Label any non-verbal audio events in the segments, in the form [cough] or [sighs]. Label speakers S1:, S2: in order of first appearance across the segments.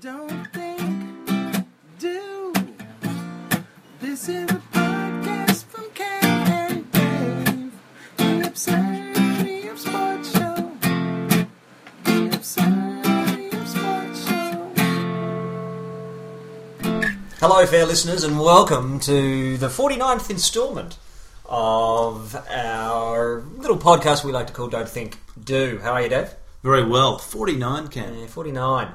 S1: Don't think, do. This is a podcast from Cat and Dave, the Absurdity of Sports Show. The Absurdity of Sports Show.
S2: Hello, fair listeners, and welcome to the 49th instalment of our little podcast we like to call Don't Think, Do. How are you, Dave?
S3: Very well. 49, Cam.
S2: Yeah, 49.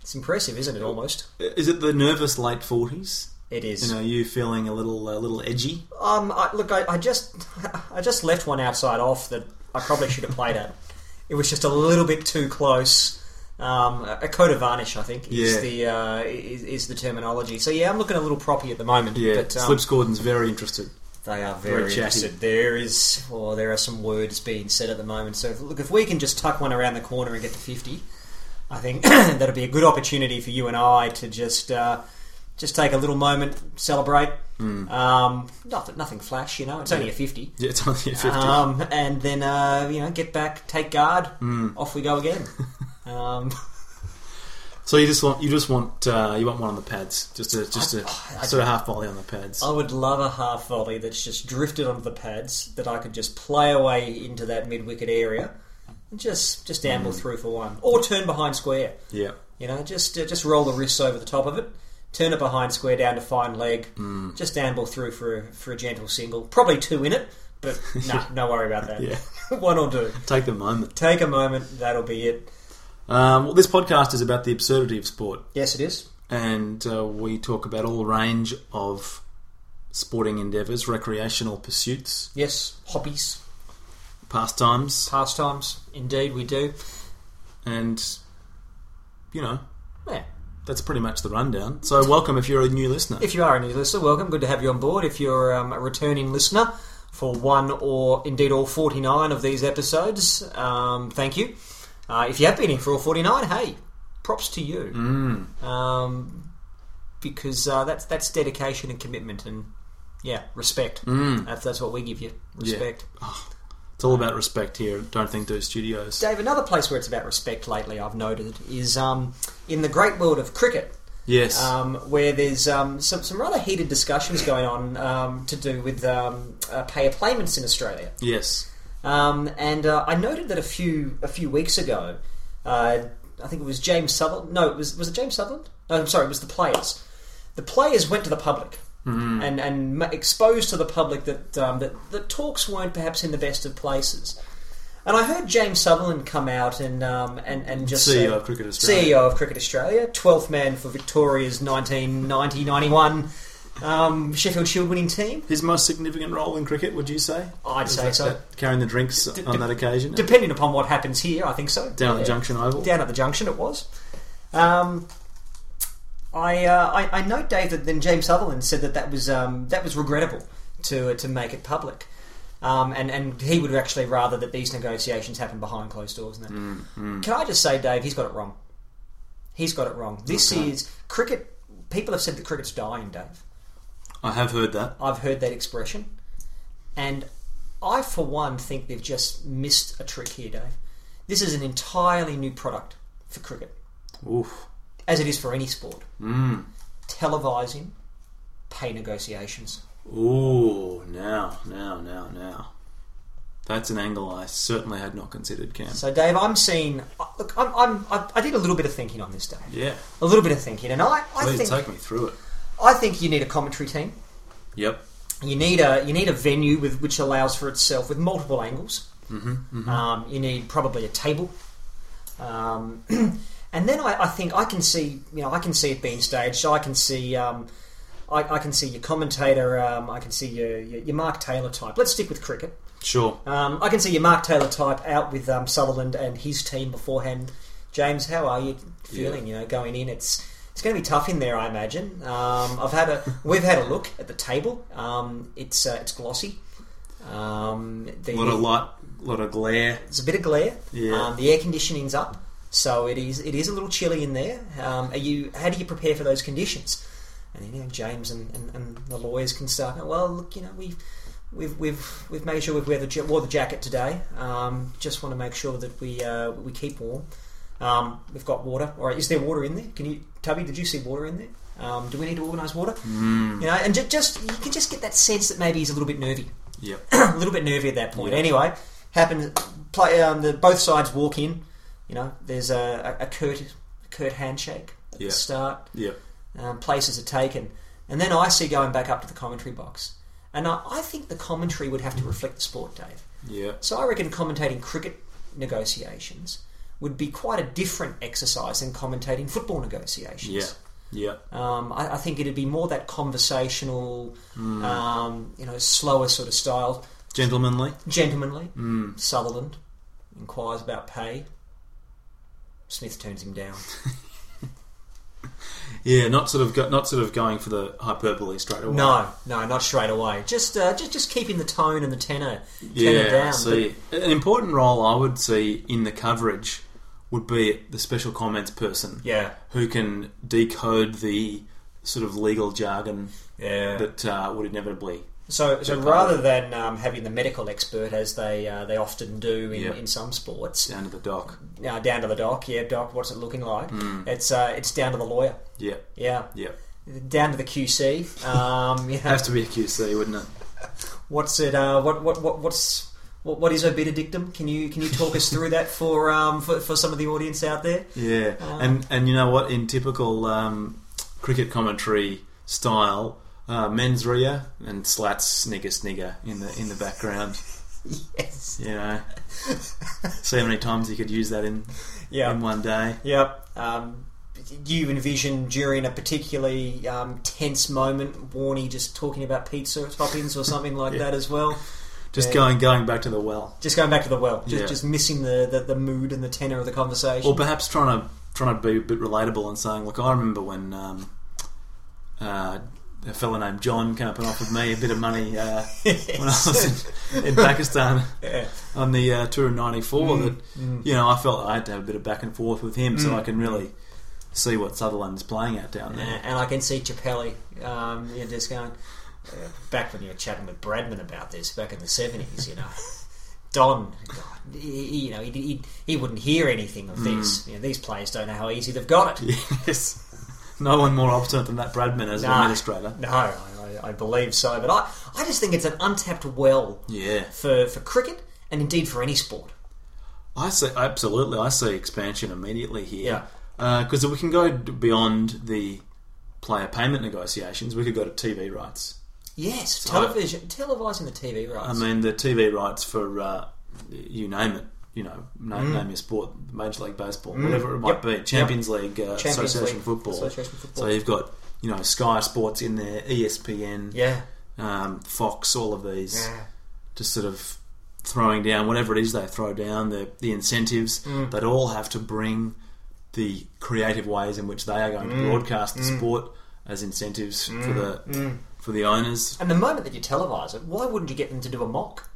S2: It's impressive, isn't it, almost?
S3: Is it the nervous late 40s?
S2: It is.
S3: You know, you feeling a little a little edgy?
S2: Um, I, look, I, I just [laughs] I just left one outside off that I probably should have played at. It was just a little bit too close. Um, a coat of varnish, I think, is
S3: Yeah.
S2: the uh, is, is the terminology. So yeah, I'm looking a little proppy at the moment.
S3: Yeah.
S2: but, um,
S3: Slips Gordon's very interested. [laughs]
S2: They are
S3: Very
S2: very,
S3: chatty.
S2: interested. There is, well, there are some words being said at the moment. So, if, look, if we can just tuck one around the corner and get to fifty, I think [clears throat] that'll be a good opportunity for you and I to just, uh, just take a little moment, celebrate. Um, nothing, nothing flash, you know. It's only a fifty.
S3: Yeah, it's only 50.
S2: Um, and then uh, you know, get back, take guard, off we go again. um,
S3: so you just want you just want uh, you want one on the pads, just a just a
S2: I-
S3: sort of half volley on the pads.
S2: I would love a half volley that's just drifted onto the pads that I could just play away into that mid wicket area and just just amble through for one or turn behind square.
S3: Yeah.
S2: You know, just uh, just roll the wrists over the top of it, turn it behind square down to fine leg, just amble through for a, for a gentle single, probably two in it, but nah, no worry about that.
S3: Yeah.
S2: [laughs]
S3: [laughs]
S2: one will do.
S3: Take the moment.
S2: Take a moment, that'll be it.
S3: Um, well, this podcast is about the absurdity of sport,
S2: Yes, it is.
S3: and uh, we talk about all range of sporting endeavours, recreational pursuits,
S2: Yes, hobbies,
S3: pastimes,
S2: pastimes, indeed we do.
S3: and you know
S2: Yeah.
S3: that's pretty much the rundown. So welcome if you're a new listener.
S2: If you are a new listener, welcome. Good to have you on board. If you're um, a returning listener for one or indeed all 49 of these episodes, um, thank you. Uh, if you have been here for all 49, hey, props to you. Um, because uh, that's that's dedication and commitment and, yeah, respect. That's, that's what we give you, respect.
S3: It's all about respect here. at Don't think do studios.
S2: Dave, another place where it's about respect lately, I've noted, is um, in the great world of cricket.
S3: Yes.
S2: um, where there's um, some, some rather heated discussions going on um, to do with um, uh, player payments in Australia.
S3: yes.
S2: Um, and uh, I noted that a few a few weeks ago, uh, I think it was James Sutherland. No, it was was it James Sutherland? No, I'm sorry, it was the players. The players went to the public and and ma- exposed to the public that um, that the talks weren't perhaps in the best of places. And I heard James Sutherland come out and um, and and just
S3: CEO
S2: say-
S3: E
S2: E
S3: of Cricket Australia.
S2: CEO of Cricket Australia, twelfth man for Victoria's 1990-91 um, Sheffield Shield winning team.
S3: His most significant role in cricket, would you say?
S2: I'd
S3: Is
S2: say
S3: that-
S2: so.
S3: that carrying the drinks
S2: D- d-
S3: on that occasion.
S2: Depending upon what happens here, I think so.
S3: down at
S2: Yeah.
S3: the Junction Oval.
S2: down at the junction it was. Um, I, uh, I I note Dave that then James Sutherland said that that was um, that was regrettable to to make it public, um, and and he would actually rather that these negotiations happen behind closed doors. Than that. Can I just say, Dave, he's got it wrong. He's got it wrong. This
S3: Okay.
S2: is cricket. People have said that cricket's dying, Dave.
S3: I have heard that.
S2: I've heard that expression, and I, for one, think they've just missed a trick here, Dave. This is an entirely new product for cricket
S3: Oof.
S2: as it is for any sport. Televising pay negotiations.
S3: Ooh. Now, now, now, now. That's an angle I certainly had not considered, Cam.
S2: So, Dave, I'm seeing. uh, Look, I'm, I'm, I, I did a little bit of thinking on this, Dave.
S3: Yeah.
S2: A little bit of thinking, and I, I
S3: Please
S2: think,
S3: take me through it.
S2: I think you need a commentary team.
S3: Yep.
S2: You need a, you need a venue with which allows for itself with multiple angles. Um, you need probably a table, um, [clears throat] and then I, I think I can see, you know, I can see it being staged. I can see. Um, I, I can see your commentator. Um, I can see your, your, your Mark Taylor type. Let's stick with cricket.
S3: Sure.
S2: Um, I can see your Mark Taylor type out with um, Sutherland and his team beforehand. James, how are you feeling? You know, going in, it's it's going to be tough in there, I imagine. Um, I've had a [laughs] we've had a look at the table. Um, it's uh, it's glossy. Um, the,
S3: A lot of light, a lot of glare.
S2: it's a bit of glare.
S3: Yeah.
S2: Um, the air conditioning's up, so it is it is a little chilly in there. Um, are you? How do you prepare for those conditions? And you know, James and, and, and the lawyers can start. "Oh, Well, look, you know, we've we've we've we've made sure we've wear the, ja- wore the jacket today. Um, just want to make sure that we uh, we keep warm. Um, we've got water. All right, is there water in there? Can you, Tubby? Did you see water in there? Um, do we need to organise water? You know, and ju- just you can just get that sense that maybe he's a little bit nervy,
S3: Yep.
S2: [coughs] a little bit nervy at that point. Anyway, happens. Play um, the both sides walk in. You know, there's a, a, a curt, curt handshake at
S3: Yeah.
S2: the start
S3: Yep.
S2: um, places are taken. And then I see going back up to the commentary box. And I, I think the commentary would have to reflect the sport, Dave.
S3: Yep.
S2: So I reckon commentating cricket negotiations would be quite a different exercise than commentating football negotiations.
S3: Yeah. Yep.
S2: Um, I, I think it'd be more that conversational,
S3: Mm.
S2: um, you know, slower sort of style,
S3: Gentlemanly.
S2: gentlemanly.
S3: Hmm.
S2: Sutherland inquires about pay. Smith turns him down.
S3: Yeah, not sort of go, not sort of going for the hyperbole straight away.
S2: No, no, not straight away. Just, uh, just, just keeping the tone and the tenor, tenor
S3: Yeah,
S2: down.
S3: I see. An important role I would see in the coverage would be the special comments person
S2: But- yeah,
S3: who can decode the sort of legal jargon
S2: yeah.
S3: that uh, would inevitably.
S2: so, so
S3: the
S2: rather than um, having the medical expert as they uh, they often do in,
S3: Yeah.
S2: in some sports,
S3: Down to the dock.
S2: uh, down to the doc. Yeah, doc, what's it looking like?
S3: Hmm.
S2: It's uh, it's down to the lawyer.
S3: Yeah,
S2: Yeah,
S3: yeah.
S2: down to the QC. Um, [laughs] you know,
S3: Has to be a QC, wouldn't it?
S2: what's it? Uh, what, what, what, what's what, what is obiterdictum? Can you can you talk us through that for um for, for some of the audience out there?
S3: Yeah, and and you know what? In typical um, cricket commentary style, uh, men's Ria and slats snigger snigger in the in the background.
S2: Yes.
S3: You know, see how many times you could use that in
S2: Yeah.
S3: in one day.
S2: Yep. Um, do you envision during a particularly um, tense moment, Warney just talking about pizza at Toppings or something
S3: [laughs]
S2: like that as well?
S3: Just
S2: Yeah.
S3: going going back to the well,
S2: Just going back to the well, just,
S3: Yeah.
S2: just missing the, the, the mood and the tenor of the conversation.
S3: or perhaps trying to trying to be a bit relatable and saying, "Look, I remember when." Um, uh, a fellow named John came up and offered me a bit of money uh, when I was in, in Pakistan.
S2: [laughs] yeah.
S3: on the uh, tour of '94
S2: Mm.
S3: that you know I felt I had to have a bit of back and forth with him so I can really see what Sutherland's playing at down
S2: And,
S3: there.
S2: and I can see Chappelli, um, you're just going, uh, back when you were chatting with Bradman about this, back in the 70s, you know. [laughs] Don, God, he, you know, he, he, he wouldn't hear anything of
S3: Mm.
S2: this. You know, these players don't know how easy they've got it.
S3: [laughs] Yes, no one more obstinate than that Bradman as an
S2: No.
S3: administrator.
S2: No, I, I- I believe so, but I, I just think it's an untapped well
S3: Yeah,
S2: for, for cricket and indeed for any sport.
S3: I see absolutely. I see expansion immediately
S2: Yeah.
S3: here because we can go d- beyond the player payment negotiations. We could go to TV rights.
S2: Yes, television, televising the TV rights.
S3: I mean, the TV rights for uh, you name it. You know, name, name your sport, Major League Baseball, whatever it might
S2: Mm. Yep.
S3: be, Champions League, uh,
S2: Champions
S3: Association
S2: League,
S3: football.
S2: Association football.
S3: So you've got you know Sky Sports in there, E ESPN,
S2: yeah,
S3: um, Fox, all of these,
S2: yeah,
S3: just sort of throwing down whatever it is they throw down the the incentives.
S2: Mm.
S3: They'd all have to bring the creative ways in which they are going
S2: Mm.
S3: to broadcast the sport as incentives for the
S2: Mm.
S3: for the owners.
S2: and the moment that you televise it, why wouldn't you get them to do a mock?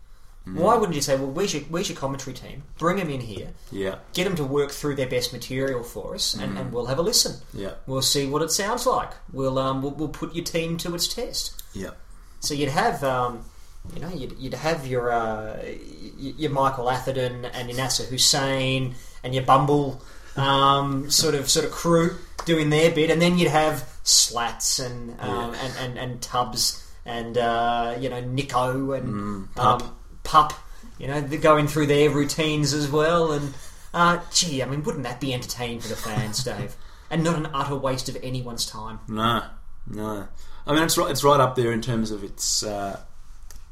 S2: Why wouldn't you say, well, where's your, where's your commentary team? Bring them in here,
S3: Yeah,
S2: get them to work through their best material for us, and, and we'll have a listen.
S3: yeah,
S2: We'll see what it sounds like. We'll, um, we'll, we'll put your team to its test.
S3: yeah.
S2: So you'd have, um, you know, you'd, you'd have your uh, y- your Michael Atherton and your Nasser Hussein and your Bumble um, sort of sort of crew doing their bit, and then you'd have Slats and um, and, and and Tubbs and uh, you know Nico and
S3: Pup.
S2: um, Pup, you know, they're going through their routines as well. And uh, gee, I mean, wouldn't that be entertaining for the fans, Dave? And not an utter waste of anyone's time.
S3: No, no. I mean, it's right, it's right up there in terms of its uh,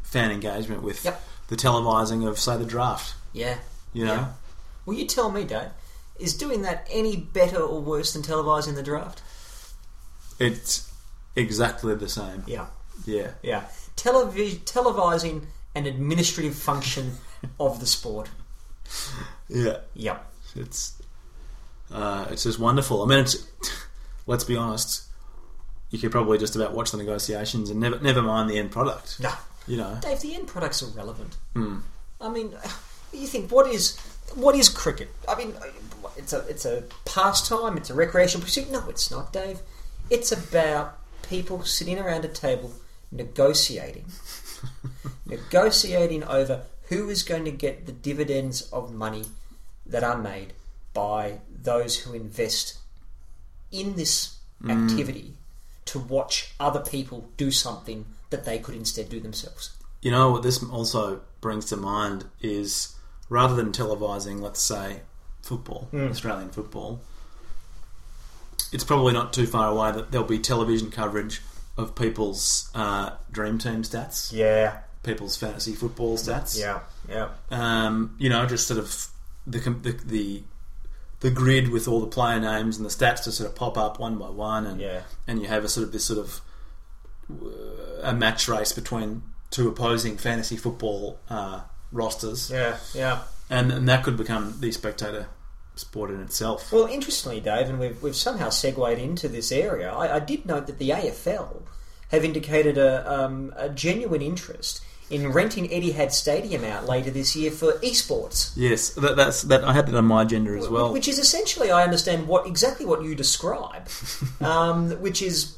S3: fan engagement with
S2: Yep.
S3: the televising of, say, the draft.
S2: Yeah.
S3: You know,
S2: Yeah. Well, you tell me, Dave. Is doing that any better or worse than televising the draft?
S3: it's exactly the same.
S2: Yeah,
S3: Yeah,
S2: yeah. Televi- televising an administrative function of the [laughs] sport.
S3: yeah.
S2: Yep.
S3: It's uh, it's just wonderful. I mean, it's, [laughs] let's be honest. You could probably just about watch the negotiations and never never mind the end product.
S2: No,
S3: You know,
S2: Dave. The end product's irrelevant. I mean, you think what is what is cricket? I mean, it's a it's a pastime. It's a recreational pursuit. No, it's not, Dave. It's about people sitting around a table negotiating, negotiating over who is going to get the dividends of money that are made by those who invest in this activity to watch other people do something that they could instead do themselves.
S3: You know what this also brings to mind is rather than televising, let's say, football, Australian football, it's probably not too far away that there'll be television coverage of people's uh, dream team stats,
S2: Yeah,
S3: people's fantasy football stats.
S2: yeah.
S3: Um, you know, just sort of the com- the. the the grid with all the player names and the stats to sort of pop up one by one, and
S2: Yeah.
S3: and you have a sort of this sort of uh, a match race between two opposing fantasy football uh, rosters,
S2: Yeah, yeah.
S3: and, and that could become the spectator sport in itself.
S2: Well, interestingly, Dave, and we've, we've somehow segued into this area, I, I did note that the AFL have indicated a, um, a genuine interest in renting Etihad Stadium out later this year for esports.
S3: Yes, that, that's that. I had that on my agenda as well.
S2: Which is essentially, I understand, what exactly what you describe, um, which is,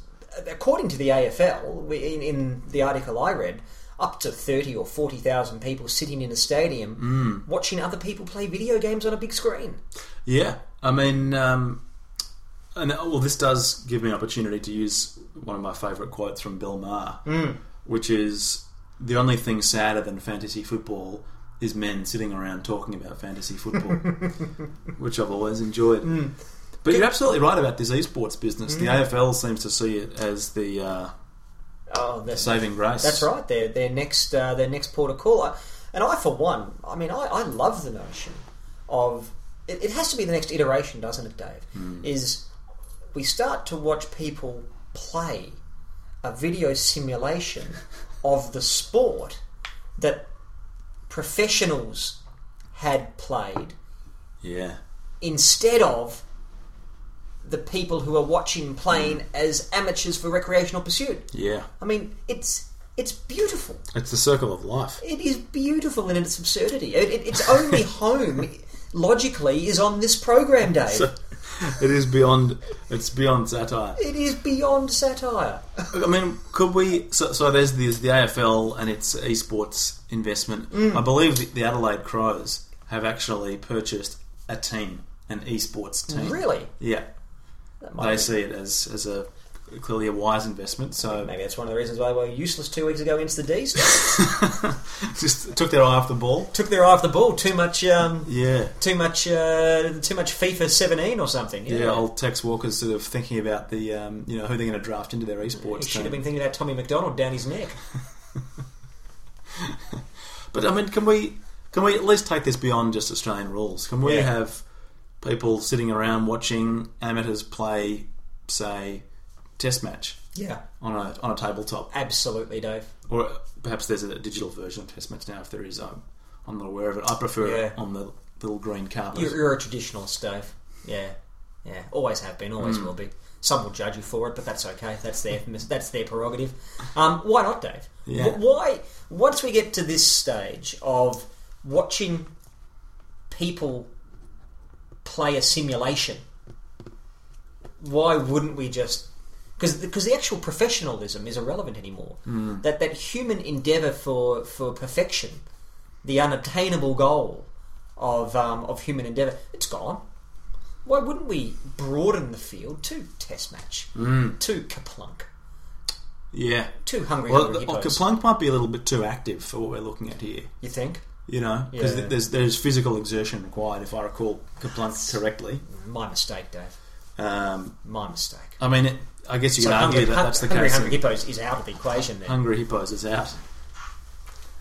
S2: according to the AFL, we- in, in the article I read, up to 30 or 40,000 people sitting in a stadium watching other people play video games on a big screen.
S3: Yeah, I mean, um, and uh, well, this does give me an opportunity to use one of my favourite quotes from Bill Maher,
S2: Mm.
S3: which is the only thing sadder than fantasy football is men sitting around talking about fantasy football,
S2: [laughs]
S3: which I've always enjoyed.
S2: Mm.
S3: But you're absolutely right about this esports business. The AFL seems to see it as the uh,
S2: Oh, that's
S3: saving grace.
S2: That's right. Their their next uh, their next port of call. I- And I, for one, I mean, I, I love the notion of it, it. has to be the next iteration, doesn't it, Dave? Is we start to watch people play a video simulation of the sport that professionals had played
S3: Yeah.
S2: instead of the people who are watching playing as amateurs for recreational pursuit.
S3: Yeah.
S2: I mean, it's it's beautiful.
S3: It's the circle of life.
S2: It is beautiful in its absurdity. It, it, its
S3: [laughs]
S2: only home, logically, is on this program, Dave.
S3: It is beyond. It's beyond satire.
S2: it is beyond satire.
S3: I mean, could we? So, so there's, there's the AFL and its esports investment.
S2: Mm.
S3: I believe the, the Adelaide Crows have actually purchased a team, an esports team.
S2: Really?
S3: Yeah,
S2: That
S3: they
S2: might be-
S3: see it as as a clearly a wise investment. So
S2: Maybe that's one of the reasons why they were useless two weeks ago against the D's.
S3: [laughs] just took their eye off the ball.
S2: [laughs] Took their eye off the ball. Too much. Um,
S3: Yeah.
S2: too much. Uh, too much FIFA 17 or something.
S3: Yeah, old Tex Walker's sort of thinking about the, um, you know, who they're going to draft into their esports
S2: He should
S3: team.
S2: have been thinking about Tommy McDonald down his neck.
S3: But I mean, can we can we at least take this beyond just Australian rules? Can we
S2: Yeah.
S3: have people sitting around watching amateurs play, say, test match
S2: Yeah,
S3: on a on a tabletop,
S2: absolutely, Dave.
S3: or perhaps there's a digital version of test match now. If there is, I'm, I'm not aware of it. I prefer it
S2: Yeah.
S3: on the little green carpet.
S2: You're, you're a traditionalist, Dave. Yeah, yeah. Always have been. Always will be. Some will judge you for it, but that's okay. That's their that's their prerogative. Um, why not, Dave?
S3: Yeah.
S2: Wh- Why? Once we get to this stage of watching people play a simulation, why wouldn't we just? Because the, 'cause the actual professionalism is irrelevant anymore. That that human endeavour for for perfection, the unattainable goal of um, of human endeavour, it's gone. Why wouldn't we broaden the field to test match,
S3: Mm.
S2: to Kaplunk,
S3: yeah.
S2: to hungry
S3: Well,
S2: hungry
S3: the, oh,
S2: hippos?
S3: Kaplunk might be a little bit too active for what we're looking at here.
S2: You think?
S3: You know, because
S2: Yeah.
S3: there's there's physical exertion required, if I recall Kaplunk correctly.
S2: My mistake, Dave.
S3: Um,
S2: My mistake.
S3: I mean, it, I guess you
S2: So
S3: could argue
S2: hungry,
S3: that that's the
S2: hungry,
S3: case.
S2: hungry
S3: Hungry,
S2: hippos is out of the equation. There,
S3: hippos is out.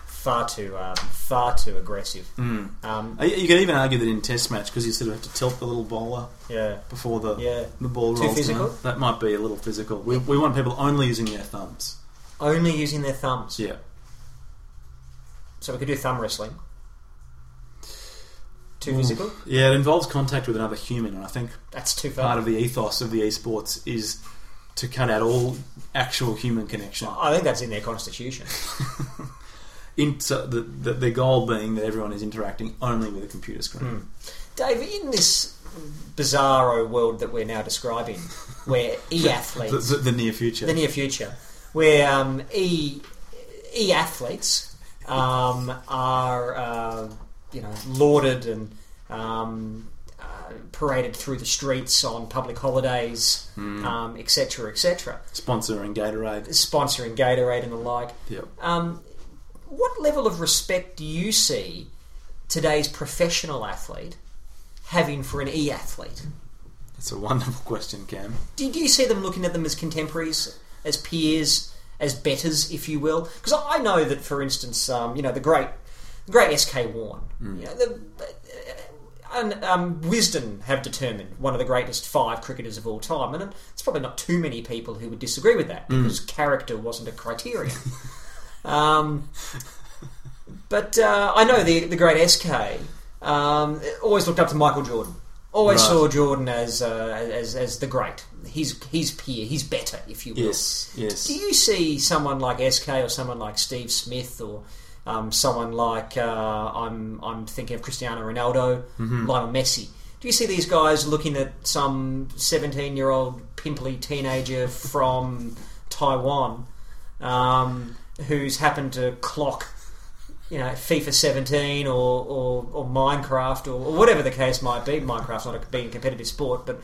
S2: far too um, far too aggressive. Um,
S3: Uh, You you could even argue that in Test match because you sort of have to tilt the little bowler
S2: yeah.
S3: before the
S2: Yeah.
S3: the ball
S2: Too
S3: rolls
S2: physical?
S3: down. That might be a little physical. We, we want people only using their thumbs.
S2: Only using their thumbs.
S3: Yeah,
S2: So we could do thumb wrestling. Too physical?
S3: yeah. It involves contact with another human, and I think
S2: That's too far.
S3: part of the ethos of the esports is to cut out all actual human connection.
S2: I think that's in their constitution.
S3: In, so the, the the goal being that everyone is interacting only with a computer screen.
S2: Dave, in this bizarro world that we're now describing, where e
S3: [laughs] The,
S2: athletes,
S3: the, the near future.
S2: the near future, where um, e e athletes um, are uh, you know lauded and um, uh, paraded through the streets on public holidays, um, et cetera, et cetera.
S3: Sponsoring Gatorade.
S2: Sponsoring Gatorade and the like.
S3: Yep.
S2: Um, what level of respect do you see today's professional athlete having for an e athlete?
S3: It's a wonderful question, Cam.
S2: Do, do you see them looking at them as contemporaries, as peers, as betters, if you will? Because I I know that, for instance, um, you know the great, the great SK Warren, you know, the, uh, and um, Wisden have determined one of the greatest five cricketers of all time, and it's probably not too many people who would disagree with that because character wasn't a criterion. [laughs] um, but uh, I know the the great SK um, always looked up to Michael Jordan. Always
S3: Right.
S2: saw Jordan as, uh, as as the great. He's he's peer. He's better, if you will.
S3: Yes, yes.
S2: Do you see someone like SK or someone like Steve Smith or um, someone like uh, I'm I'm thinking of Cristiano Ronaldo, Lionel Messi? Do you see these guys looking at some 17 year old pimply teenager from Taiwan um, who's happened to clock? You know, FIFA 17 or, or, or Minecraft or, or whatever the case might be. Minecraft's not a, being a competitive sport, but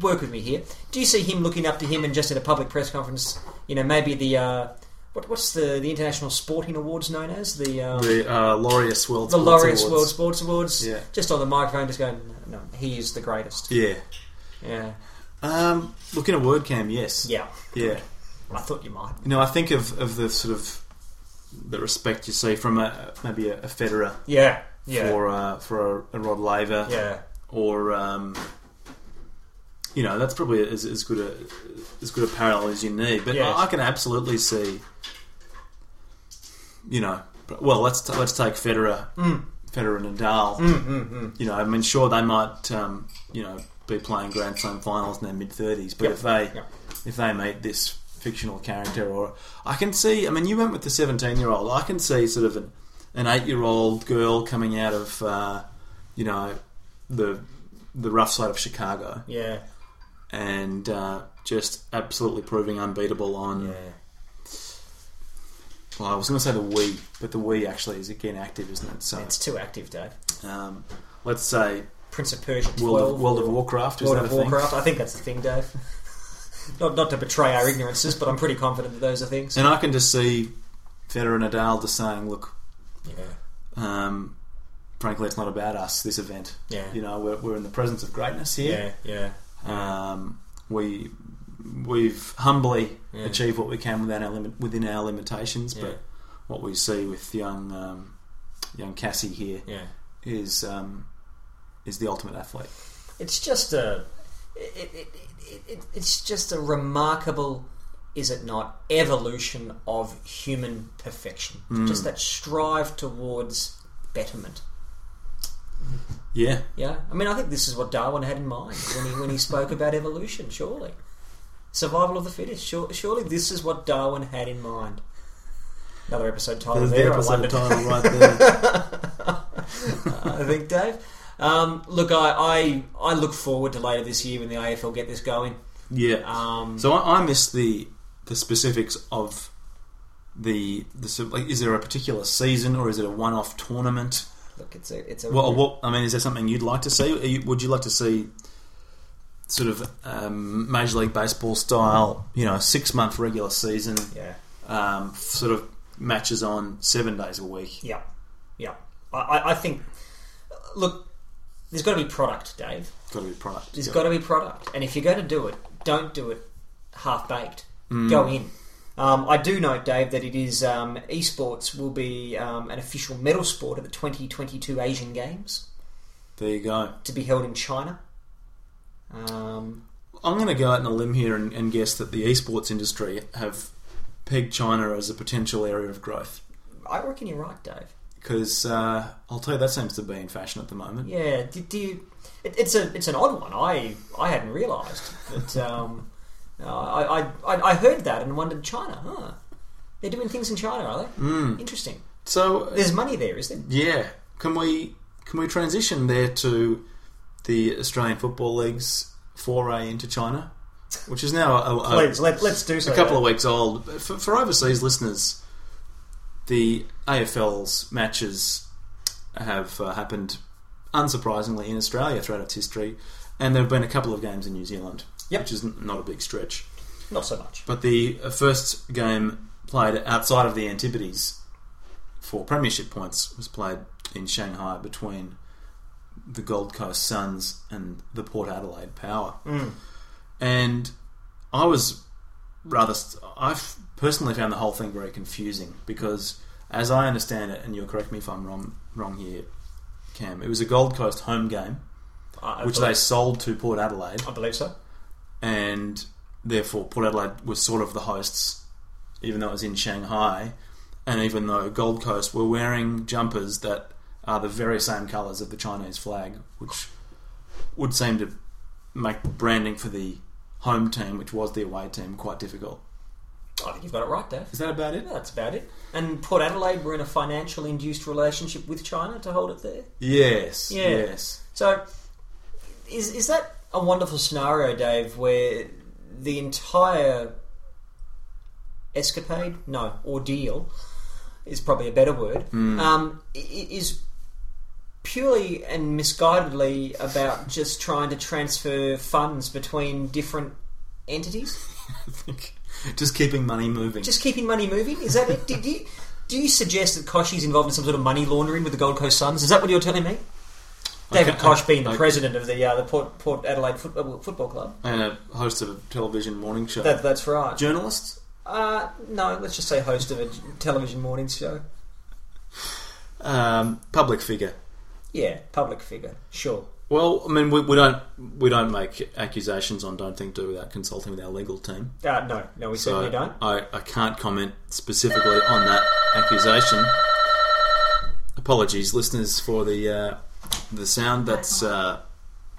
S2: work with me here. Do you see him looking up to him and just at a public press conference? You know, maybe the uh, what, what's the the international sporting awards known as the um, the,
S3: The uh, Laureus World Sports
S2: Laureus
S3: Awards.
S2: World Sports Awards?
S3: Yeah.
S2: Just on the microphone, just going, no, he is the greatest.
S3: Yeah.
S2: Yeah,
S3: Um, look in a word, Cam. Yes.
S2: yeah.
S3: Yeah.
S2: I thought you might.
S3: You know, I think of, of the sort of the respect you see from a, maybe a, a Federer
S2: Yeah, yeah,
S3: for uh, for a, a Rod Laver.
S2: yeah.
S3: or um, you know that's probably as, as good a as good a parallel as you need. But
S2: Yes.
S3: I, I can absolutely see, you know, well let's t- let's take Federer,
S2: Mm.
S3: Federer and Nadal.
S2: Mm-hmm.
S3: You know, I mean, sure they might um, you know be playing Grand Slam finals in their mid thirties, but
S2: Yep.
S3: if they
S2: Yep.
S3: if they meet this fictional character, or I can see, I mean, you went with the seventeen year old. I can see sort of an an eight year old girl coming out of uh, you know the the rough side of Chicago
S2: Yeah,
S3: and uh, just absolutely proving unbeatable on.
S2: yeah,
S3: Well, I was going to say the Wii, but the Wii actually is again active, isn't it? So
S2: it's too active, Dave.
S3: um, let's say
S2: Prince of Persia, 12,
S3: World of, World of Warcraft is
S2: World
S3: that
S2: of
S3: a thing?
S2: Warcraft. I think that's the thing, Dave. [laughs] not not to betray our ignorances, but I'm pretty confident that those are things.
S3: And I can just see Federer and Nadal just saying, "Look,
S2: Yeah,
S3: um, frankly, it's not about us. This event,
S2: Yeah.
S3: you know, we're, we're in the presence of greatness here.
S2: yeah, yeah.
S3: Um, we we've humbly
S2: Yeah.
S3: achieved what we can within our limit within our limitations,
S2: Yeah.
S3: but what we see with young um, young Cassie here is
S2: yeah.
S3: um, is the ultimate athlete.
S2: it's just a it, it, it, it, it's just a remarkable is it not evolution of human perfection just that strive towards betterment
S3: Yeah,
S2: yeah i mean i think this is what darwin had in mind when he when he
S3: [laughs]
S2: spoke about evolution surely survival of the fittest sure, surely this is what darwin had in mind another episode title
S3: there's
S2: Oh, there
S3: the
S2: I
S3: episode
S2: wondered.
S3: title right there.
S2: [laughs] I think, Dave. Um, look, I, I I look forward to later this year when the AFL get this going.
S3: yeah.
S2: Um,
S3: So I, I missed the the specifics of the the sort of, like. Is there a particular season or is it a one off tournament?
S2: look, it's a it's a
S3: Well, what I mean is there something you'd like to see? Are you, would you like to see sort of um, Major League Baseball style, you know, six month regular season,
S2: yeah.
S3: um, sort of matches on seven days a week?
S2: Yeah, yeah. I- I, I think. Look, there's got to be product, Dave.
S3: Got to be product.
S2: There's
S3: Yeah.
S2: got to be product, and if you're going to do it, don't do it half baked. Go in. Um, I do note, Dave, that it is um, esports will be um, an official medal sport at the 2022 Asian Games
S3: there you go.
S2: to be held in China. Um,
S3: I'm going to go out on a limb here and, and guess that the esports industry have pegged China as a potential area of growth
S2: I reckon you're right, Dave.
S3: because uh, I'll tell you that seems to be in fashion at the moment.
S2: Yeah, do, do you? It, it's a it's an odd one. I I hadn't realised, but um, [laughs] uh, I, I- I I heard that and wondered China. Huh? They're doing things in China, are they? Mm. Interesting.
S3: So
S2: There's money there, is there?
S3: Yeah. Can we can we transition there to the Australian Football League's foray into China, which is now a, a,
S2: Please let, let's do so.
S3: a couple of weeks old. But For, for overseas listeners, the AFL's matches have uh, happened unsurprisingly, in Australia throughout its history. And there have been a couple of games in New Zealand,
S2: Yep.
S3: which is n- not a big stretch.
S2: Not so much.
S3: But the uh, first game played outside of the Antipodes for premiership points was played in Shanghai between the Gold Coast Suns and the Port Adelaide Power. And I was rather. St- I f- personally found the whole thing very confusing because, as I understand it, and you'll correct me if I'm wrong, wrong here, Cam, it was a Gold Coast home game
S2: I, I
S3: which they
S2: believe,
S3: sold to Port Adelaide
S2: I believe so.
S3: and therefore Port Adelaide was sort of the hosts, even though it was in Shanghai, and even though Gold Coast were wearing jumpers that are the very same colours of the Chinese flag, which would seem to make branding for the home team, which was the away team, quite difficult.
S2: I think you've got it right, Dave.
S3: Is that about it?
S2: Yeah, that's about it. And Port Adelaide were in a financial induced relationship with China to hold it there.
S3: Yes.
S2: Yeah.
S3: Yes. [laughs]
S2: So, is is that a wonderful scenario, Dave, where the entire escapade, no ordeal, is probably a better word, um, i- i- is purely and misguidedly about just trying to transfer funds between different entities,
S3: I think just keeping money moving.
S2: just keeping money moving. Is that it? Did you? Do you suggest that Koshi's involved in some sort of money laundering with the Gold Coast Suns? Is that what you're telling me? David
S3: Okay,
S2: Kosh being the
S3: okay.
S2: president of the uh, the Port, Port Adelaide foot, uh, Football Club.
S3: and a host of a television morning show.
S2: That, that's right.
S3: Journalists.
S2: Uh, no, let's just say host of a television morning show.
S3: Um, public figure.
S2: Yeah, public figure. Sure.
S3: Well, I mean, we, we don't we don't make accusations on don't think do without consulting with our legal team.
S2: Uh, no, no, we
S3: So
S2: certainly don't.
S3: I, I can't comment specifically on that accusation. Apologies, listeners, for the uh, the sound. That's uh,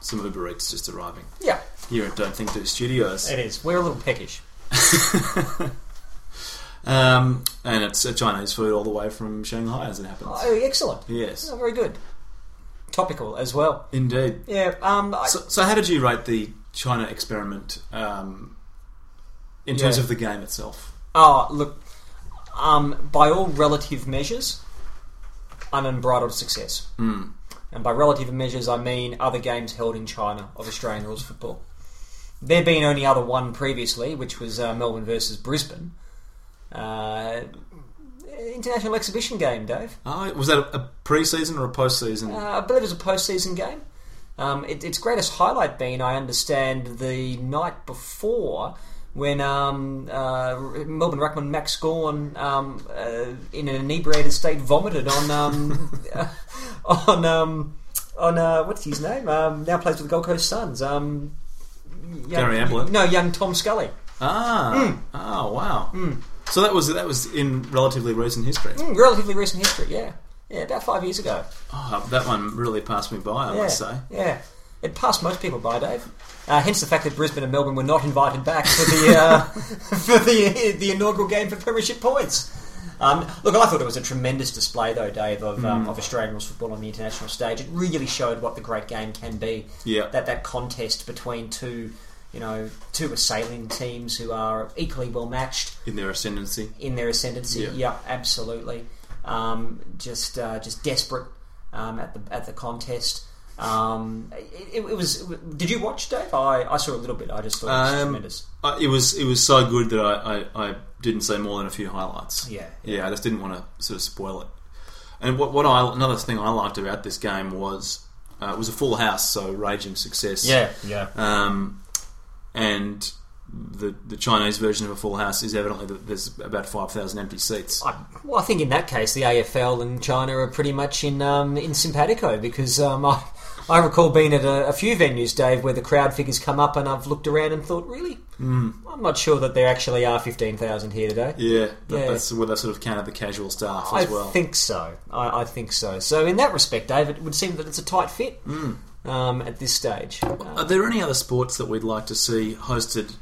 S3: some Uber Eats just arriving
S2: Yeah,
S3: here at Don't Think Do Studios,
S2: it is. We're a little peckish.
S3: um, and it's uh, Chinese food all the way from Shanghai, as it happens.
S2: Oh, excellent.
S3: Yes,
S2: Oh, very good. Topical as well.
S3: indeed.
S2: Yeah. Um. I,
S3: So, so how did you rate the China experiment um, in terms
S2: Yeah.
S3: of the game itself?
S2: oh, look. Um. By all relative measures, an unbridled success. And by relative measures, I mean other games held in China of Australian rules football. There being only other one previously, which was uh, Melbourne versus Brisbane. Uh, international exhibition game, Dave.
S3: Oh, was that a, a pre-season or a post-season?
S2: Uh, I believe it's a postseason game. Um, it, its greatest highlight being, I understand, the night before when um, uh, Melbourne ruckman Max Gorn, um, uh, in an inebriated state, vomited on um, [laughs] uh, on um, on uh, what's his name? Um, now plays for the Gold Coast Suns. Um, young,
S3: Gary Ablett.
S2: No, young Tom Scully.
S3: ah,
S2: Hmm.
S3: oh wow. So that was that was in relatively recent history.
S2: Mm, relatively recent history, yeah, yeah, about five years ago.
S3: Oh, that one really passed me by. I
S2: Yeah,
S3: must say.
S2: Yeah. It passed most people by, Dave. Uh, hence the fact that Brisbane and Melbourne were not invited back for the uh, [laughs] for the the inaugural game for Premiership points. Um, look, I thought it was a tremendous display, though, Dave, of, um, of Australian rules football on the international stage. It really showed what the great game can be.
S3: Yeah.
S2: That that contest between two, you know, two assailing teams who are equally well matched
S3: In their ascendancy.
S2: in their ascendancy.
S3: Yeah.
S2: Yeah, absolutely. Um, just uh, just desperate um, at the at the contest. Um, it, it was. Did you watch Dave? I, I saw a little bit. I just thought it was
S3: Um,
S2: tremendous.
S3: I, it was it was so good that I, I, I didn't see more than a few highlights.
S2: Yeah.
S3: yeah. I just didn't want to sort of spoil it. And what what I another thing I liked about this game was uh, it was a full house, so raging success.
S2: yeah.
S3: Um, and the the Chinese version of a full house is evidently that there's about five thousand empty seats.
S2: I, well, I think in that case, the AFL and China are pretty much in um, in simpatico because um, I I recall being at a, a few venues, Dave, where the crowd figures come up, and I've looked around and thought, really, I'm not sure that there actually are fifteen thousand here today.
S3: Yeah, that,
S2: Yeah.
S3: that's where they sort of counted the casual staff
S2: I
S3: as well.
S2: think so. I, I think so. So in that respect, David, it would seem that it's a tight fit
S3: Mm.
S2: um, at this stage. Uh,
S3: Are there any other sports that we'd like to see hosted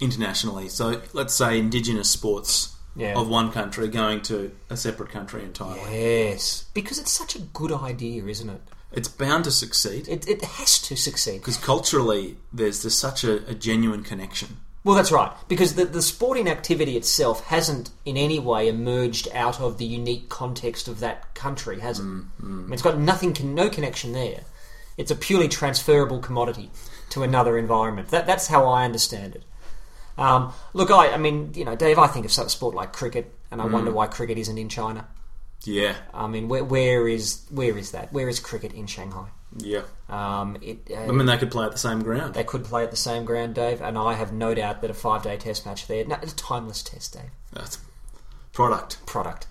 S3: internationally? So let's say indigenous sports
S2: Yeah.
S3: of one country going to a separate country entirely.
S2: yes, because it's such a good idea, isn't it?
S3: It's bound to succeed
S2: It, it has to succeed.
S3: because culturally there's just such a, a genuine connection.
S2: Well, that's right, because the, the sporting activity itself hasn't in any way emerged out of the unique context of that country, has it? I mean, it's got nothing, con- no connection there. It's a purely transferable commodity to another environment. That, that's how I understand it. Um, look, I, I mean, you know, Dave, I think of some sport like cricket, and I wonder why cricket isn't in China.
S3: Yeah,
S2: I mean, where, where is where is that? Where is cricket in Shanghai?
S3: yeah.
S2: Um, it, uh,
S3: I mean, they could play at the same ground.
S2: they could play at the same ground, Dave, and I have no doubt that a five-day test match there, no, it's a timeless test, Dave.
S3: That's product.
S2: product,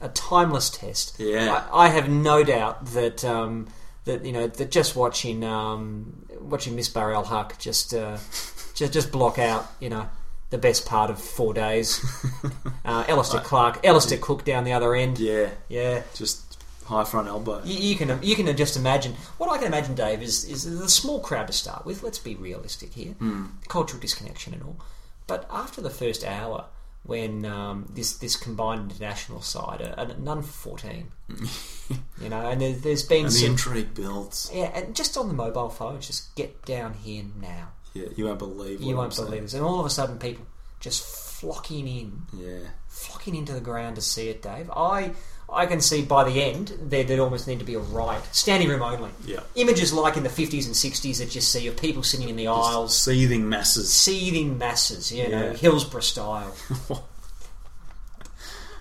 S2: a timeless test.
S3: Yeah.
S2: I, I have no doubt that um, that you know that just watching um, watching Miss Barrel Huck just uh, [laughs] just just block out you know the best part of four
S3: [laughs]
S2: days. uh, Alistair Clark, Alistair Cook down the other end.
S3: Yeah,
S2: yeah.
S3: just high front elbow.
S2: You, you can you can just imagine what I can imagine, Dave, is is the small crowd to start with. Let's be realistic here,
S3: Hmm.
S2: cultural disconnection and all. But after the first hour, when um, this this combined international side, uh, an
S3: [laughs]
S2: under fourteen, you know, and there, there's been
S3: And the
S2: some.
S3: intrigue builds.
S2: yeah, and just on the mobile phones, just get down here now.
S3: Yeah, you won't believe. What
S2: you
S3: I'm
S2: won't
S3: saying.
S2: believe this. And all of a sudden, people just flocking in
S3: Yeah,
S2: flocking into the ground to see it, Dave. I I can see by the end there there'd almost need to be a riot, standing room only.
S3: Yeah.
S2: Images like in the fifties and sixties that you see of people sitting in the aisles,
S3: seething masses.
S2: seething masses, you know,
S3: Yeah.
S2: Hillsborough style.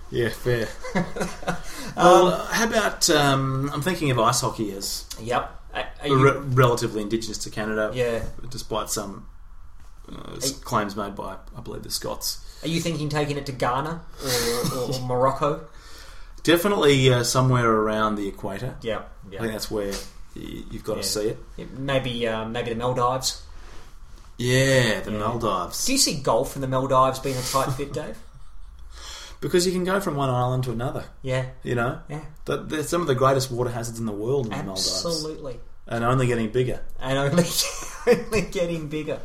S3: Yeah, [laughs] fair. Um, well, how about um, I'm thinking of ice hockey as
S2: yep. Are, are you-
S3: re- relatively indigenous to Canada.
S2: yeah.
S3: despite some uh, s- claims made by I believe the Scots.
S2: Are you thinking taking it to Ghana
S3: [laughs]
S2: or, or, or Morocco?
S3: Definitely uh, somewhere around the equator.
S2: Yeah.
S3: I think that's where y- you've got
S2: Yeah.
S3: to see it.
S2: Maybe uh, maybe the Maldives.
S3: Yeah, the
S2: Yeah.
S3: Maldives.
S2: Do you see golf in the Maldives being a tight
S3: [laughs]
S2: fit, Dave?
S3: Because you can go from one island to another.
S2: Yeah.
S3: You know,
S2: Yeah.
S3: Th- they're some of the greatest water hazards in the world in the Maldives,
S2: Absolutely.
S3: and only getting bigger.
S2: And only [laughs] only getting bigger.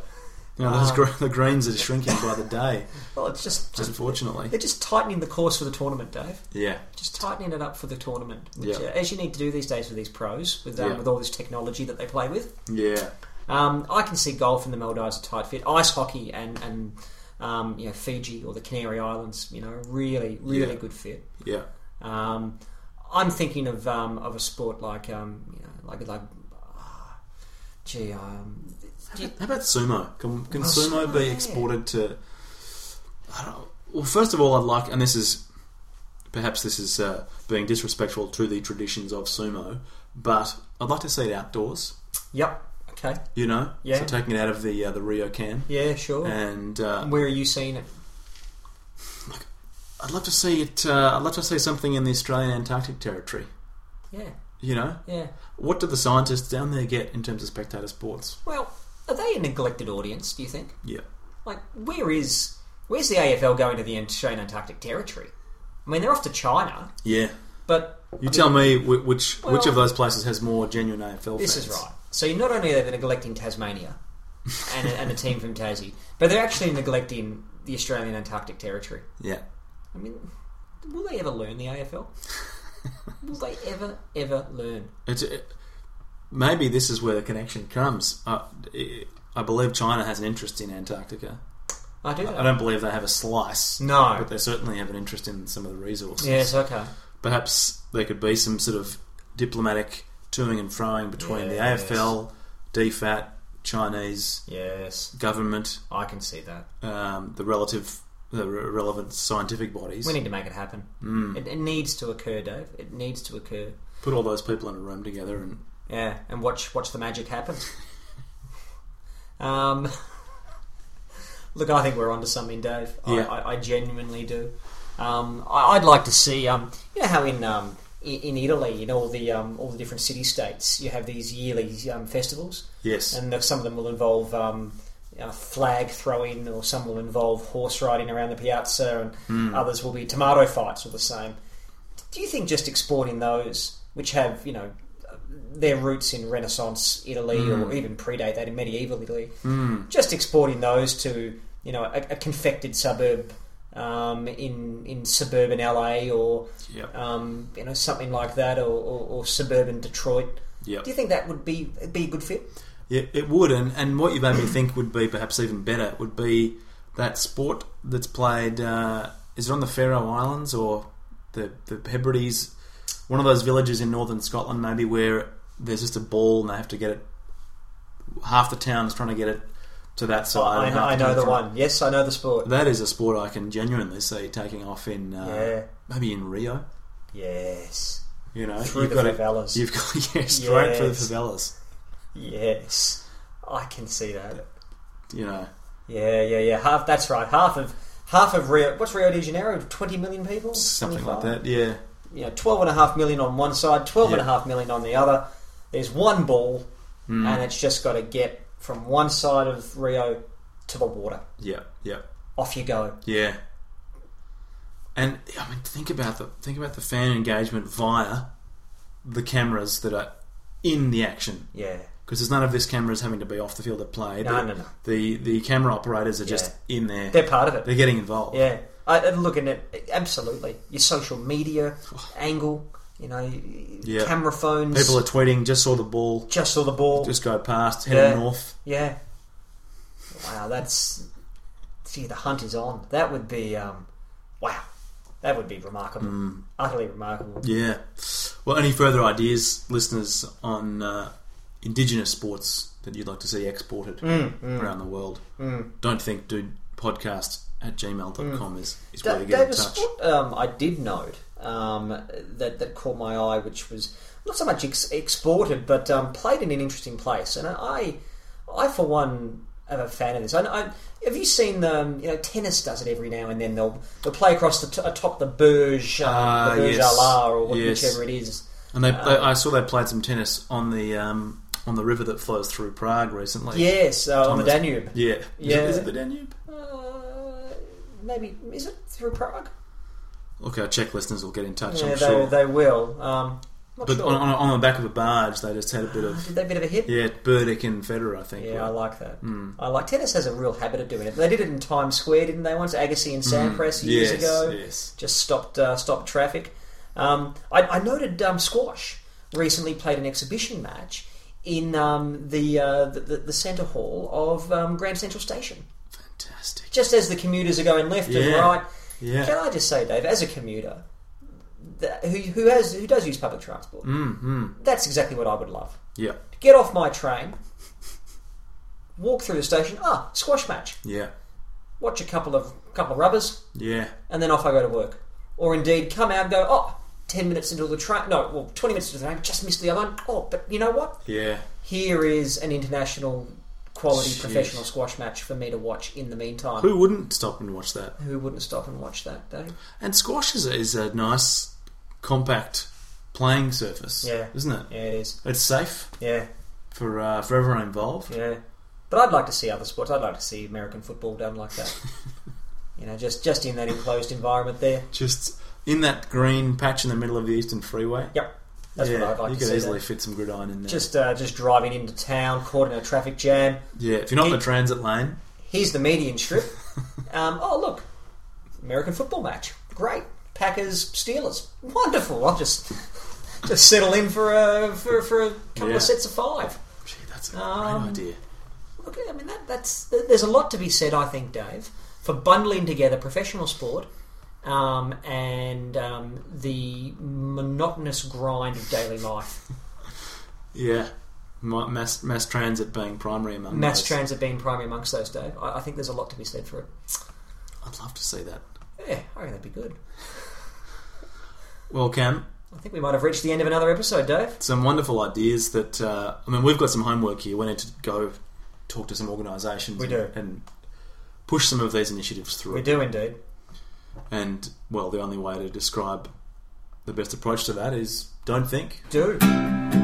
S3: You know, those
S2: Ah.
S3: gr- [laughs] the greens are shrinking by the day. [laughs]
S2: Well, it's just, just
S3: Unfortunately,
S2: they're just tightening the course for the tournament, Dave.
S3: yeah,
S2: Just tightening it up for the tournament, which,
S3: Yeah.
S2: uh, as you need to do these days with these pros, with um,
S3: Yeah.
S2: with all this technology that they play with.
S3: yeah,
S2: Um, I can see golf in the Maldives a tight fit, ice hockey and and um, you know Fiji or the Canary Islands, you know, really really
S3: Yeah.
S2: good fit.
S3: yeah.
S2: Um, I'm thinking of um, of a sport like um, you know like like. ah, Gee, um, do you-
S3: How about sumo? Can, can
S2: Well,
S3: sumo
S2: sumo,
S3: be
S2: yeah.
S3: exported to? I don't. Well, first of all, I'd like, and this is perhaps this is uh, being disrespectful to the traditions of sumo, but I'd like to see it outdoors.
S2: yep, okay,
S3: You know,
S2: Yeah.
S3: So taking it out of the uh, the Rio can,
S2: yeah, sure.
S3: and uh,
S2: Where are you seeing it?
S3: I'd love to see it. Uh, I'd love to see something in the Australian Antarctic territory.
S2: Yeah,
S3: You know,
S2: yeah.
S3: what do the scientists down there get in terms of spectator sports?
S2: Well, are they a neglected audience? Do you think?
S3: Yeah,
S2: Like, where is where's the AFL going to the Australian Antarctic Territory? I mean, they're off to China,
S3: yeah.
S2: but
S3: You tell me whi- which which
S2: Well-
S3: of those places has more genuine AFL.
S2: this is
S3: fans.
S2: right. So not only are they neglecting Tasmania and a, and a team from Tassie, but they're actually neglecting the Australian Antarctic Territory.
S3: Yeah.
S2: I mean, will they ever learn the AFL? will they ever ever learn?
S3: It's, it, maybe this is where the connection comes. I, I believe China has an interest in Antarctica.
S2: I do. That.
S3: I don't believe they have a slice.
S2: No.
S3: But they certainly have an interest in some of the resources.
S2: Yes. Okay.
S3: Perhaps there could be some sort of diplomatic toing and froing between
S2: Yes.
S3: the AFL, DFAT, Chinese
S2: Yes,
S3: government,
S2: I can see that.
S3: um, the relative, the re- relevant scientific bodies.
S2: We need to make it happen. Mm. It, it needs to occur, Dave. It needs to occur.
S3: Put all those people in a room together and
S2: Yeah, and watch watch the magic happen. um, look, I think we're onto something, Dave.
S3: Yeah.
S2: I, I, I genuinely do. Um, I, I'd like to see. Um, you know how in um, i- in Italy, in all the um, all the different city states, you have these yearly um, festivals,
S3: yes,
S2: and some of them will involve. Um, uh, flag throwing, or some will involve horse riding around the piazza, and others will be tomato fights, or the same. Do you think just exporting those, which have you know their roots in Renaissance Italy or even predate that in medieval Italy,
S3: Mm.
S2: just exporting those to you know a, a confected suburb um, in in suburban LA or
S3: Yep.
S2: um, you know something like that or, or, or suburban Detroit.
S3: Yep.
S2: Do you think that would be be a good fit?
S3: Yeah, it would, and, and what you made me think would be perhaps even better would be that sport that's played. Uh, is it on the Faroe Islands or the the Hebrides? One of those villages in northern Scotland, maybe where there's just a ball and they have to get it. Half the town's trying to get it to that side.
S2: I,
S3: and
S2: know,
S3: half
S2: I
S3: the
S2: know the
S3: town's trying-
S2: one. Yes, I know the sport.
S3: That is a sport I can genuinely see taking off in uh, maybe in Rio.
S2: Yes.
S3: You know,
S2: Through the
S3: got
S2: favelas.
S3: It, you've got [laughs] yeah, straight through the
S2: Yes.
S3: favelas.
S2: Yes. I can see that.
S3: You know,
S2: Yeah, yeah, yeah. Half. That's right. Half of half of Rio. What's Rio de Janeiro? Twenty million people.
S3: something
S2: 25?
S3: like that. Yeah,
S2: You know, twelve and a half million on one side, twelve and
S3: Yeah.
S2: a
S3: Hmm.
S2: half million on the other. There's one ball, and it's just got to get from one side of Rio to the water.
S3: yeah, yeah,
S2: Off you go.
S3: yeah. And I mean, think about the think about the fan engagement via the cameras that are in the action.
S2: Yeah.
S3: Because there's none of this cameras having to be off the field of play.
S2: No,
S3: the,
S2: no, no.
S3: The the camera operators are just in there.
S2: They're part of it.
S3: They're getting involved.
S2: Yeah, I, I'm looking at absolutely your social
S3: [sighs]
S2: media angle. You know,
S3: Yeah.
S2: camera phones.
S3: People are tweeting. Just saw the ball.
S2: just saw the ball.
S3: Just go past. Heading
S2: Yeah.
S3: north.
S2: yeah. Wow, that's see the hunt is on. That would be um, wow. That would be remarkable.
S3: Mm.
S2: Utterly remarkable.
S3: Yeah. Well, any further ideas, listeners, on uh, indigenous sports that you'd like to see exported
S2: Mm,
S3: around the world? Don't think, dude, podcast at gmail.com is, is where to
S2: Mm. Da-
S3: get in
S2: Davis,
S3: touch.
S2: what um, I did note um, that that caught my eye, which was not so much ex- exported, but um, played in an interesting place. And I, I for one, am a fan of this. I, I, have you seen the um, you know tennis does it every now and then? They'll they'll play across the t- atop the Burj, um,
S3: Ah,
S2: the Burj
S3: yes.
S2: Allah, or what-
S3: Yes.
S2: whichever it is.
S3: And they,
S2: Uh.
S3: they, I saw they played some tennis on the um, on the river that flows through Prague recently.
S2: Yes, uh, on the
S3: Thomas-
S2: Danube.
S3: Yeah. Is,
S2: Yeah.
S3: It, is it the Danube?
S2: Uh, maybe is it through Prague?
S3: Look, our Czech listeners will get in touch,
S2: yeah,
S3: I'm
S2: they,
S3: sure.
S2: they will. Um, not
S3: but
S2: sure. Ah,
S3: on, on, on the back of a barge, they just had a bit of.
S2: Did they a bit of a hit?
S3: Yeah, Burdick and Federer, I think.
S2: Yeah,
S3: were-
S2: I like that.
S3: Hmm.
S2: I like tennis has a real habit of doing it. They did it in Times Square, didn't they? Once Agassi and Sampras years
S3: Hmm. yes,
S2: ago,
S3: yes.
S2: just stopped uh, stopped traffic. Um, I, I noted um, squash recently played an exhibition match in um, the, uh, the, the the centre hall of um, Grand Central Station.
S3: Fantastic.
S2: Just as the commuters are going left and
S3: Yeah.
S2: right,
S3: [laughs] Yeah.
S2: can I just say, Dave, as a commuter that, who who has who does use public transport,
S3: Hmm,
S2: that's exactly what I would love
S3: Yeah.
S2: get off my train, walk through the station. Ah, squash match.
S3: Yeah.
S2: Watch a couple of couple of rubbers,
S3: Yeah.
S2: and then off I go to work. Or indeed, come out and go. Oh, 10 minutes into the train. No, well, twenty minutes into the train. Just missed the other one. Oh, but you know what?
S3: Yeah.
S2: Here is an international quality
S3: Shit.
S2: professional squash match for me to watch. In the meantime,
S3: Who wouldn't stop and watch that?
S2: Who wouldn't stop and watch that, Dave?
S3: And squash is a, is a nice, compact playing surface.
S2: Yeah.
S3: Isn't it?
S2: Yeah, it is.
S3: It's safe
S2: Yeah,
S3: for uh, for everyone involved.
S2: yeah. But I'd like to see other sports. I'd like to see American football done like [laughs] that. you know, just just in that enclosed environment there.
S3: Just in that green patch in the middle of the Eastern Freeway.
S2: Yep, that's
S3: yeah,
S2: what I'd like
S3: you
S2: to
S3: could
S2: see.
S3: easily
S2: there.
S3: fit some gridiron in there.
S2: Just uh, just driving into town, caught in a traffic jam.
S3: yeah, if you're not in the transit lane,
S2: Here's the
S3: [laughs]
S2: median strip. um, oh look, American football match. Great, Packers Steelers. Wonderful. I'll just just settle in for a for, for a couple
S3: Yeah.
S2: of sets of five.
S3: gee, that's a
S2: Um,
S3: great idea.
S2: Look, I mean that that's th- there's a lot to be said. I think Dave for bundling together professional sport. Um, and um, the monotonous grind of daily life,
S3: Yeah, Ma- mass mass transit being primary among
S2: mass
S3: those.
S2: transit being primary amongst those, Dave. I, I think there's a lot to be said for it.
S3: I'd love to see that.
S2: Yeah, I reckon that'd be good.
S3: Well, Cam,
S2: I think we might have reached the end of another episode, Dave.
S3: some wonderful ideas that uh, I mean we've got some homework here. We need to go talk to some organisations.
S2: We do.
S3: and push some of these initiatives through.
S2: We do indeed.
S3: And well, the only way to describe the best approach to that is don't think.
S2: Do.